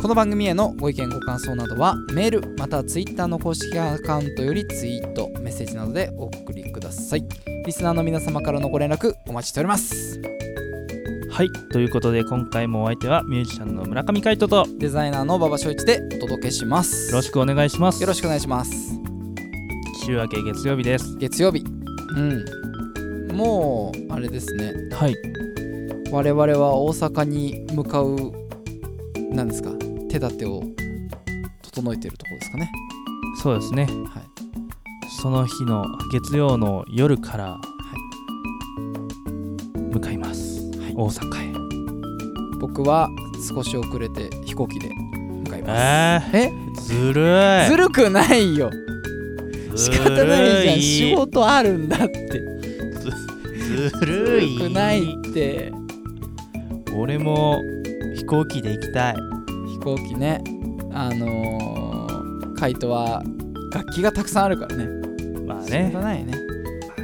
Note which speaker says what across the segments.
Speaker 1: この番組へのご意見ご感想などはメールまたはツイッターの公式アカウントよりツイートメッセージなどでお送りくださいリスナーの皆様からのご連絡お待ちしております
Speaker 2: はいということで今回もお相手はミュージシャンの村上海人とよ
Speaker 1: デザイナーの馬場翔一でお届けします
Speaker 2: ろしくお願いします
Speaker 1: よろしくお願いします
Speaker 2: 週明け月曜日です
Speaker 1: 月曜日うんもうあれですね
Speaker 2: はい
Speaker 1: 我々は大阪に向かうなんですか手立てを整えているところですかね
Speaker 2: そうですね
Speaker 1: はい
Speaker 2: その日の月曜の夜から
Speaker 1: い
Speaker 2: 向かいます、
Speaker 1: はい
Speaker 2: 大阪へ
Speaker 1: 僕は少し遅れて飛行機で向かいます
Speaker 2: え
Speaker 1: え
Speaker 2: ー、ずるい
Speaker 1: ずるくないよ仕方ないじゃん仕事あるんだって
Speaker 2: ずるいず
Speaker 1: ず
Speaker 2: る
Speaker 1: る
Speaker 2: い
Speaker 1: くないって
Speaker 2: 俺も飛行機で行きたい
Speaker 1: 飛行機ねあのー、カイトは楽器がたくさんあるからね
Speaker 2: まあ
Speaker 1: 仕
Speaker 2: ね
Speaker 1: 方ないね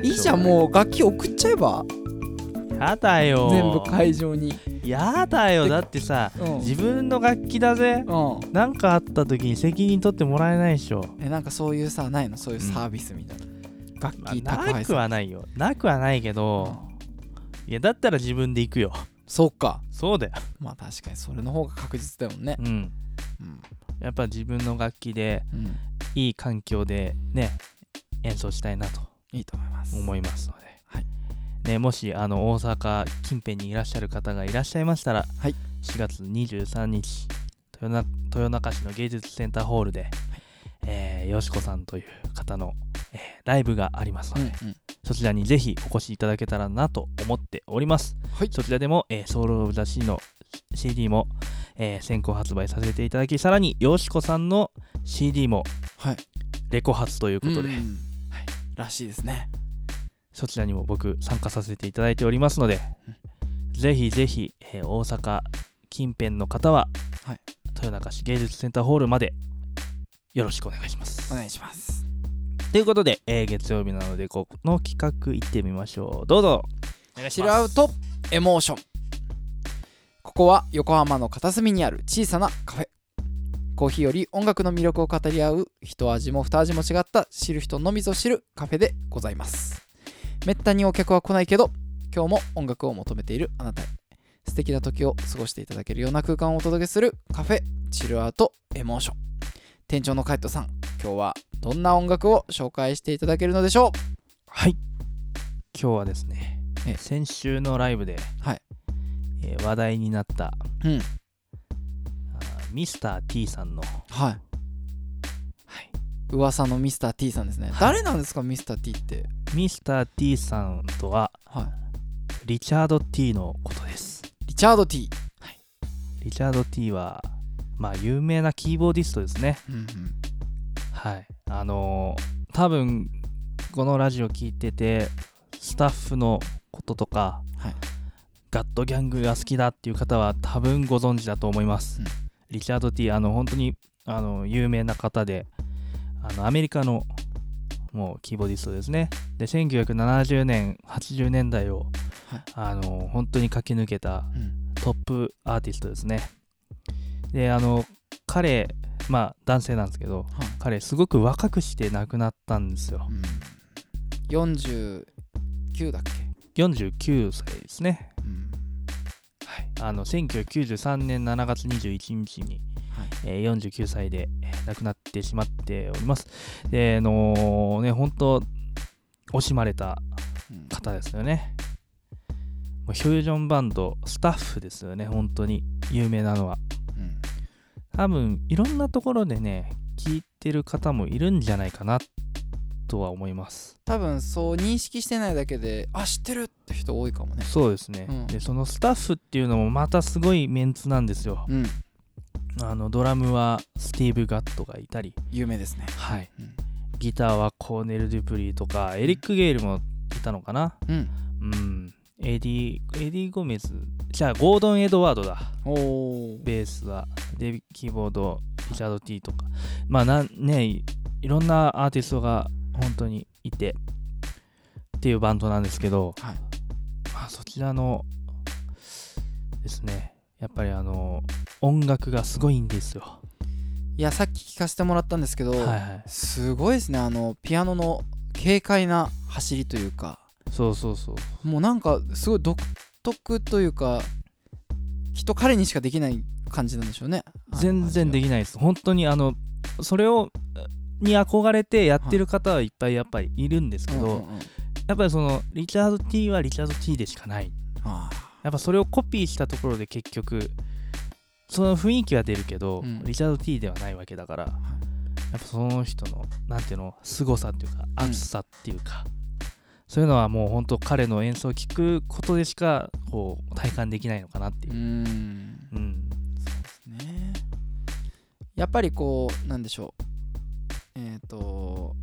Speaker 1: いいじゃんもう楽器送っちゃえば
Speaker 2: うやだよ
Speaker 1: 全部会場に
Speaker 2: やだよだってさ
Speaker 1: うん、
Speaker 2: 自分の楽器だぜ
Speaker 1: うん、
Speaker 2: なんかあった時に責任取ってもらえないでしょ
Speaker 1: えなんかそういうさないのそういうサービスみたいな、楽
Speaker 2: まあ
Speaker 1: 器宅
Speaker 2: な
Speaker 1: 配
Speaker 2: く
Speaker 1: さ
Speaker 2: はないよなくはないけどいやだったら自分で行くよ
Speaker 1: そっか
Speaker 2: そうだよ
Speaker 1: まあ確かにそれの方が確実だもんね
Speaker 2: うん
Speaker 1: うん、
Speaker 2: やっぱ自分の楽器で
Speaker 1: うん、
Speaker 2: いい環境でね演奏したいなと
Speaker 1: いいと思います
Speaker 2: 思いますので、
Speaker 1: はい
Speaker 2: ね、もしあの大阪近辺にいらっしゃる方がいらっしゃいましたら、
Speaker 1: はい
Speaker 2: 4月23日豊中豊中市の芸術センターホールで、えーよしこさんという方の、えーライブがありますの
Speaker 1: うん
Speaker 2: で、
Speaker 1: うん
Speaker 2: そちらにぜひお越しいただけたらなと思っております
Speaker 1: はい
Speaker 2: そちらでも、えーソウル・オブ・ザ・シーの CD も、えー先行発売させていただきさらによしこさんの CD も
Speaker 1: はい
Speaker 2: レコ発ということで、
Speaker 1: うんうんはい、らしいですね
Speaker 2: そちらにも僕参加させていただいておりますので、ぜひぜひ、えー大阪近辺の方は、
Speaker 1: はい
Speaker 2: 豊中市芸術センターホールまでよろしくお願いします。
Speaker 1: お願いします
Speaker 2: ということで、えー月曜日なのでこの企画行ってみましょう。どうぞお願いし
Speaker 1: チ
Speaker 2: ます
Speaker 1: ルアウトエモーションここは横浜の片隅にある小さなカフェコーヒーより音楽の魅力を語り合う一味も二味も違った知る人のみぞ知るカフェでございますめったにお客は来ないけど今日も音楽を求めているあなたへ素敵な時を過ごしていただけるような空間をお届けするカフェチルアウトエモーション店長のカイトさん今日はどんな音楽を紹介していただけるのでしょ
Speaker 2: はい今日はですね
Speaker 1: え
Speaker 2: 先週のライブで、
Speaker 1: はい
Speaker 2: えー話題になった
Speaker 1: ううん
Speaker 2: ミスター t さんの、
Speaker 1: はい噂のミスター T さんですね、
Speaker 2: はい
Speaker 1: 誰なんですかミスター T って
Speaker 2: ミスター t さんとは
Speaker 1: はい
Speaker 2: リチャード T のことです。
Speaker 1: リチャード T
Speaker 2: リチャード T は、まあ、有名なキーボーディストですね。
Speaker 1: うん
Speaker 2: はい。あのー多分、このラジオ聞いてて、スタッフのこととか、
Speaker 1: はい
Speaker 2: ガッドギャングが好きだっていう方は多分ご存知だと思います。
Speaker 1: うん
Speaker 2: リチャード T、あの、本当に、あの、有名な方で、あの、アメリカの、もうキーボーディストですね。で、1970年、80年代を、
Speaker 1: はい
Speaker 2: あのー本当に駆け抜けた
Speaker 1: うんうん
Speaker 2: トップアーティストですね。で、あの、彼、まあ男性なんですけど、
Speaker 1: はい
Speaker 2: 彼すごく若くして亡くなったんですよ。
Speaker 1: うん49だっけ、
Speaker 2: 49歳ですね。
Speaker 1: うん
Speaker 2: はい。あの、1993年7月21日に、
Speaker 1: はい
Speaker 2: えー49歳でえー亡くなってしまっております。で、あのーね、本当惜しまれた
Speaker 1: うん
Speaker 2: 方ですよね。もうフュージョンバンド、スタッフですよね、本当に。有名なのは。
Speaker 1: うん
Speaker 2: 多分いろんなところでね聞いてる方もいるんじゃないかなとは思います
Speaker 1: 多分そう認識してないだけであ知ってるって人多いかもね
Speaker 2: そうですね、
Speaker 1: うん
Speaker 2: でそのスタッフっていうのもまたすごいメンツなんですよ、
Speaker 1: うん
Speaker 2: あのドラムはスティーブ・ガットがいたり、
Speaker 1: 有名ですね、
Speaker 2: はい
Speaker 1: うん
Speaker 2: ギターはコーネル・デュプリーとかエリック・ゲイルもいたのかな
Speaker 1: うん、
Speaker 2: うんエディエディ・ゴメズじゃあゴードン・エドワードだ
Speaker 1: おお
Speaker 2: ベースはデビキーボードリチャード・ティーとかまあなんねいいろんなアーティストが本当にいてっていうバンドなんですけど、
Speaker 1: はい
Speaker 2: まあ、そちらのですねやっぱりあの音楽がすごいんですよ
Speaker 1: いやさっき聞かせてもらったんですけど、
Speaker 2: はいはい
Speaker 1: すごいですねあのピアノの軽快な走りというか
Speaker 2: そうそうそう
Speaker 1: もうなんかすごい独特というかきっと彼にしかできない感じなんでしょうね
Speaker 2: 全然で
Speaker 1: き
Speaker 2: きないです本当にあのそれをに憧れてやってる方はいっぱいやっぱりいるんですけど、やっぱりそのリチャード T はリチャード T でしかない
Speaker 1: あ
Speaker 2: やっぱそれをコピーしたところで結局その雰囲気は出るけど、
Speaker 1: うん
Speaker 2: リチャード T ではないわけだからやっぱその人のなんていうの凄さっていうか
Speaker 1: うん
Speaker 2: 熱さっていうか、そういうのはもう本当彼の演奏を聞くことでしかこう体感できないのかなっていうう、
Speaker 1: ん
Speaker 2: うん
Speaker 1: そうですねやっぱりこうなんでしょうえっ、と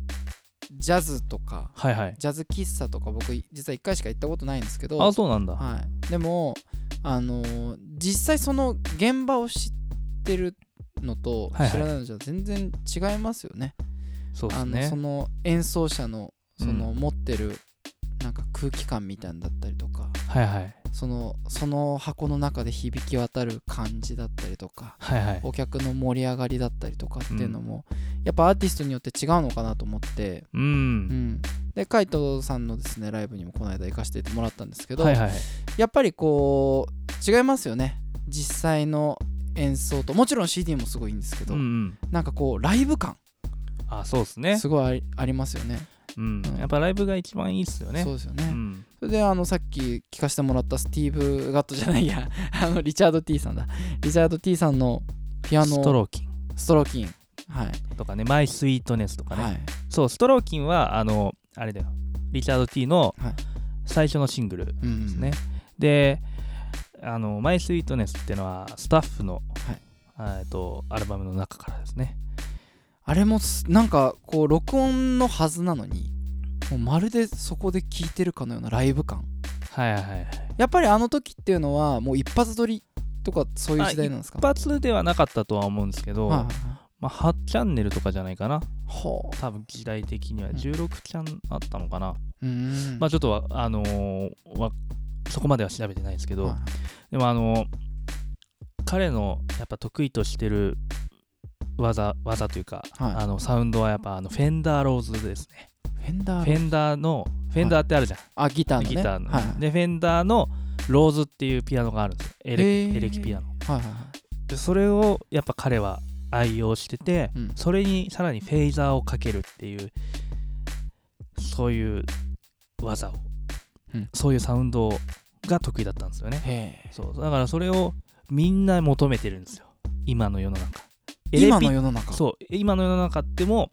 Speaker 1: ジャズとか
Speaker 2: はいはい
Speaker 1: ジャズ喫茶とか僕実は1回しか行ったことないんですけど
Speaker 2: あそうなんだ、
Speaker 1: はい、でもあのー実際その現場を知ってるのと
Speaker 2: はいはい
Speaker 1: 知らないのじゃ全然違いますよね。
Speaker 2: そうです
Speaker 1: あのそ
Speaker 2: ね
Speaker 1: の演奏者のその
Speaker 2: うん
Speaker 1: 持ってるなんか空気感みたいなのだったりとか、
Speaker 2: はいはい
Speaker 1: そのその箱の中で響き渡る感じだったりとか。
Speaker 2: はいはい
Speaker 1: お客の盛り上がりだったりとかっていうのも、やっぱアーティストによって違うのかなと思って、
Speaker 2: う、
Speaker 1: うんん、で海藤さんのですねライブにもこの間行かせてもらったんですけど、
Speaker 2: はいはい
Speaker 1: やっぱりこう違いますよね実際の演奏ともちろん CD もすごいいいんですけ
Speaker 2: う
Speaker 1: ど、
Speaker 2: んうん
Speaker 1: なんかこうライブ感
Speaker 2: あそうですね
Speaker 1: すごいありありますよね
Speaker 2: うん
Speaker 1: うん
Speaker 2: やっぱライブが一番いいっすよね
Speaker 1: そうですよね、
Speaker 2: うん
Speaker 1: それであのさっき聞かせてもらったスティーブ・ガットじゃないや あのリチャード・ T さんだリチャード・ T さんのピアノ
Speaker 2: ストローキン
Speaker 1: ストローキンはい、
Speaker 2: とかねマイスイートネスとかね、
Speaker 1: はい、
Speaker 2: そうストローキンはあのあれだよリチャード T の
Speaker 1: はい
Speaker 2: 最初のシングルで
Speaker 1: うん
Speaker 2: すね、であの「マイ・スイートネス」ってのはスタッフの、
Speaker 1: はい
Speaker 2: えっとアルバムの中からですね
Speaker 1: あれもすなんかこう録音のはずなのにもうまるでそこで聴いてるかのようなライブ感
Speaker 2: はいはいはい
Speaker 1: やっぱりあの時っていうのはもう一発撮りとかそういう時代なんですか
Speaker 2: 一発ではなかったとは思うんですけど、
Speaker 1: はいはい
Speaker 2: まあ、8チャンネルとかじゃないかな
Speaker 1: はあ
Speaker 2: 多分時代的には
Speaker 1: うん
Speaker 2: 16チャンあったのかな、
Speaker 1: うーん
Speaker 2: まあちょっとはあのーわそこまでは調べてないですけど、
Speaker 1: はい
Speaker 2: でもあの彼のやっぱ得意としてる技技というか、
Speaker 1: はい
Speaker 2: あのサウンドはやっぱあのフェンダーローズですね
Speaker 1: フェンダ
Speaker 2: フ
Speaker 1: ー
Speaker 2: ェンダーのフェンダーってあるじゃん、
Speaker 1: あギターのね
Speaker 2: ギターの、
Speaker 1: はい
Speaker 2: でフェンダーのローズっていうピアノがあるんですよエレ,、
Speaker 1: へー
Speaker 2: エレキピアノ
Speaker 1: はいはいはい
Speaker 2: でそれをやっぱ彼は愛用してて、
Speaker 1: うん
Speaker 2: それにさらにフェイザーをかけるっていうそういう技を、
Speaker 1: うん
Speaker 2: そういうサウンドが得意だったんですよね
Speaker 1: へえ
Speaker 2: そうだからそれをみんな求めてるんですよ今の世の中エレピ
Speaker 1: 今の世の中
Speaker 2: そう今の世の中っても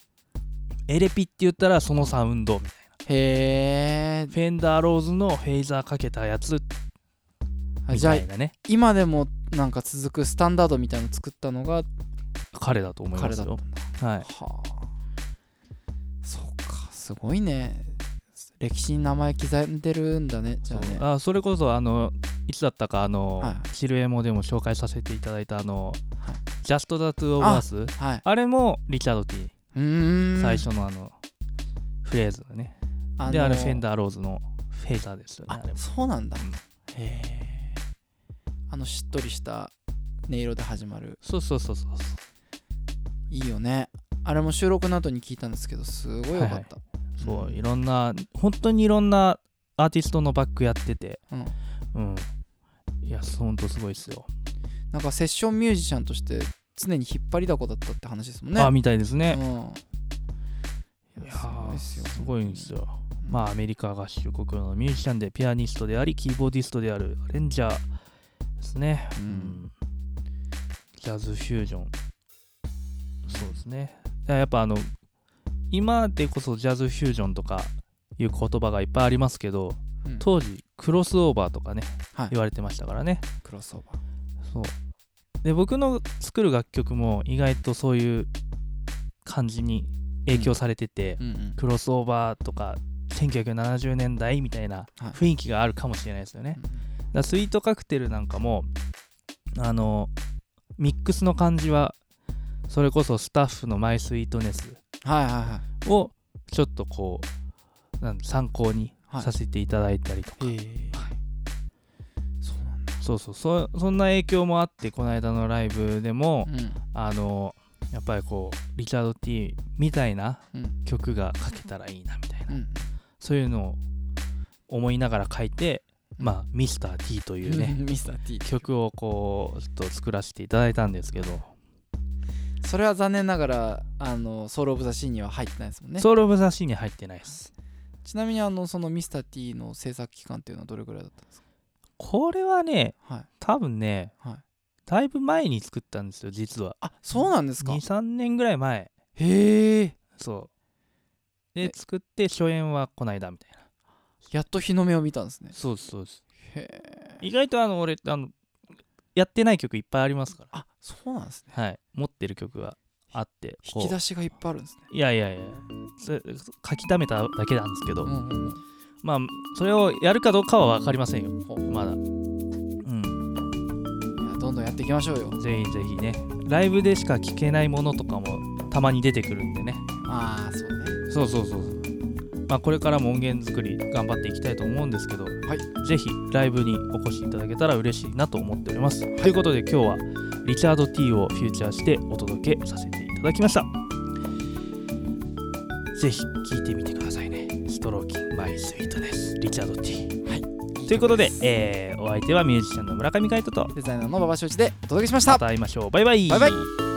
Speaker 2: エレピって言ったらそのサウンドみたい
Speaker 1: へえ
Speaker 2: なフェンダーローズのフェイザーかけたやつみ
Speaker 1: じゃ
Speaker 2: た
Speaker 1: あ
Speaker 2: いなね
Speaker 1: 今でもなんか続くスタンダードみたいなの作ったのが
Speaker 2: 彼だと思いま
Speaker 1: 彼
Speaker 2: す
Speaker 1: だった
Speaker 2: よ
Speaker 1: んだ
Speaker 2: はい
Speaker 1: はあそうかすごいね歴史に名前刻んでるんだねじゃあね
Speaker 2: あそれこそあのいつだったかあの、
Speaker 1: は
Speaker 2: シルエモでも紹介させていただいたあの、
Speaker 1: はい
Speaker 2: ジャスト・ザ・トゥ・オブ・アス
Speaker 1: はい
Speaker 2: あれもリチャード・ティ
Speaker 1: うーん
Speaker 2: 最初のあのフレーズだね、
Speaker 1: あの
Speaker 2: であれフェンダーローズのフェイザーですよね
Speaker 1: あ
Speaker 2: あれも
Speaker 1: そうなんだ、
Speaker 2: うん
Speaker 1: へえあのしっとりした音色で始まる
Speaker 2: そうそうそうそうそう
Speaker 1: いいよねあれも収録の後に聞いたんですけどすごいよかった、
Speaker 2: はいそううんいろんな本当にいろんなアーティストのバックやってて
Speaker 1: うん、
Speaker 2: うんいやほんとすごいっすよ、
Speaker 1: なんかセッションミュージシャンとして常に引っ張りだこだったって話ですもんね
Speaker 2: あみたいです
Speaker 1: う
Speaker 2: ね、
Speaker 1: んい
Speaker 2: い
Speaker 1: や
Speaker 2: やー
Speaker 1: すごいっ
Speaker 2: す
Speaker 1: すよ
Speaker 2: ごいんですよ
Speaker 1: うん
Speaker 2: まあアメリカ合衆国のミュージシャンでピアニストでありキーボーディストであるアレンジャーですね、
Speaker 1: うん
Speaker 2: ジャズフュージョンそうですねだからやっぱあの今でこそジャズフュージョンとかいう言葉がいっぱいありますけど
Speaker 1: うん
Speaker 2: 当時クロスオーバーとかね、
Speaker 1: はい
Speaker 2: 言われてましたからね
Speaker 1: クロスオーバー
Speaker 2: そうで僕の作る楽曲も意外とそういう感じに影響されてて、
Speaker 1: うんうん
Speaker 2: クロスオーバーとか1970年代みたいな
Speaker 1: はい
Speaker 2: 雰囲気があるかもしれないですよね。だからスイートカクテルなんかもあのミックスの感じはそれこそスタッフのマイスイートネス
Speaker 1: はいはいは
Speaker 2: をちょっとこうなん参考にさせていただいたりとか、
Speaker 1: いええそうなんだ
Speaker 2: そうそうそそんな影響もあってこの間のライブでも、
Speaker 1: う
Speaker 2: あのやっぱりこうリチャード T みたいなん
Speaker 1: うん
Speaker 2: 曲が書けたらいいなみたいな
Speaker 1: うん
Speaker 2: そういうのを思いながら書いて、まあ、ミスター T というね、
Speaker 1: ミスター T
Speaker 2: 曲をこうちょっと作らせていただいたんですけど、
Speaker 1: それは残念ながらあのソウル・オブ・ザ・シーンには入ってないですもんね
Speaker 2: ソウル・オブ・ザ・シーに入ってないです。
Speaker 1: ちなみにあのそのミスター T の制作期間っていうのはどれぐらいだったんです
Speaker 2: これはね、
Speaker 1: かはい
Speaker 2: 多分ね、
Speaker 1: はい
Speaker 2: だいぶ前に作ったんですよ、実は。
Speaker 1: あそうなんですか
Speaker 2: 2、3年ぐらい前。
Speaker 1: へえ
Speaker 2: そう。で
Speaker 1: え、
Speaker 2: 作って初演はこないだみたいな。
Speaker 1: やっと日の目を見たんですね
Speaker 2: そうです、そうです。
Speaker 1: へえ
Speaker 2: 意外とあの、俺、あの、やってない曲いっぱいありますから。
Speaker 1: あそうなんですね
Speaker 2: はい。持ってる曲があって。こ
Speaker 1: 引
Speaker 2: う
Speaker 1: き出しがいっぱいあるんですね
Speaker 2: いやいやいや。それ書き溜めただけなんですけど、
Speaker 1: うんうん
Speaker 2: まあそれをやるかどうかは分かりませんよ
Speaker 1: ほ
Speaker 2: まだうん
Speaker 1: うんいやどんどんやっていきましょうよ
Speaker 2: ぜひぜひねライブでしか聴けないものとかもたまに出てくるんでね
Speaker 1: ああそうね
Speaker 2: そうそうそうそうまあこれからも音源作り頑張っていきたいと思うんですけど、はい、ぜひライブにお越しいただけたら嬉しいなと思っております、ということで今日はリチャード T をフューチャーしてお届けさせていただきましたぜひ聴いてみてくださいねストローキンマイスイートですリチャード T ということで、えーお相手はミュージシャンの村上海人と
Speaker 1: デザイナーの馬場正一でお届けしました
Speaker 2: また会いましょうバイバイ
Speaker 1: バイバイ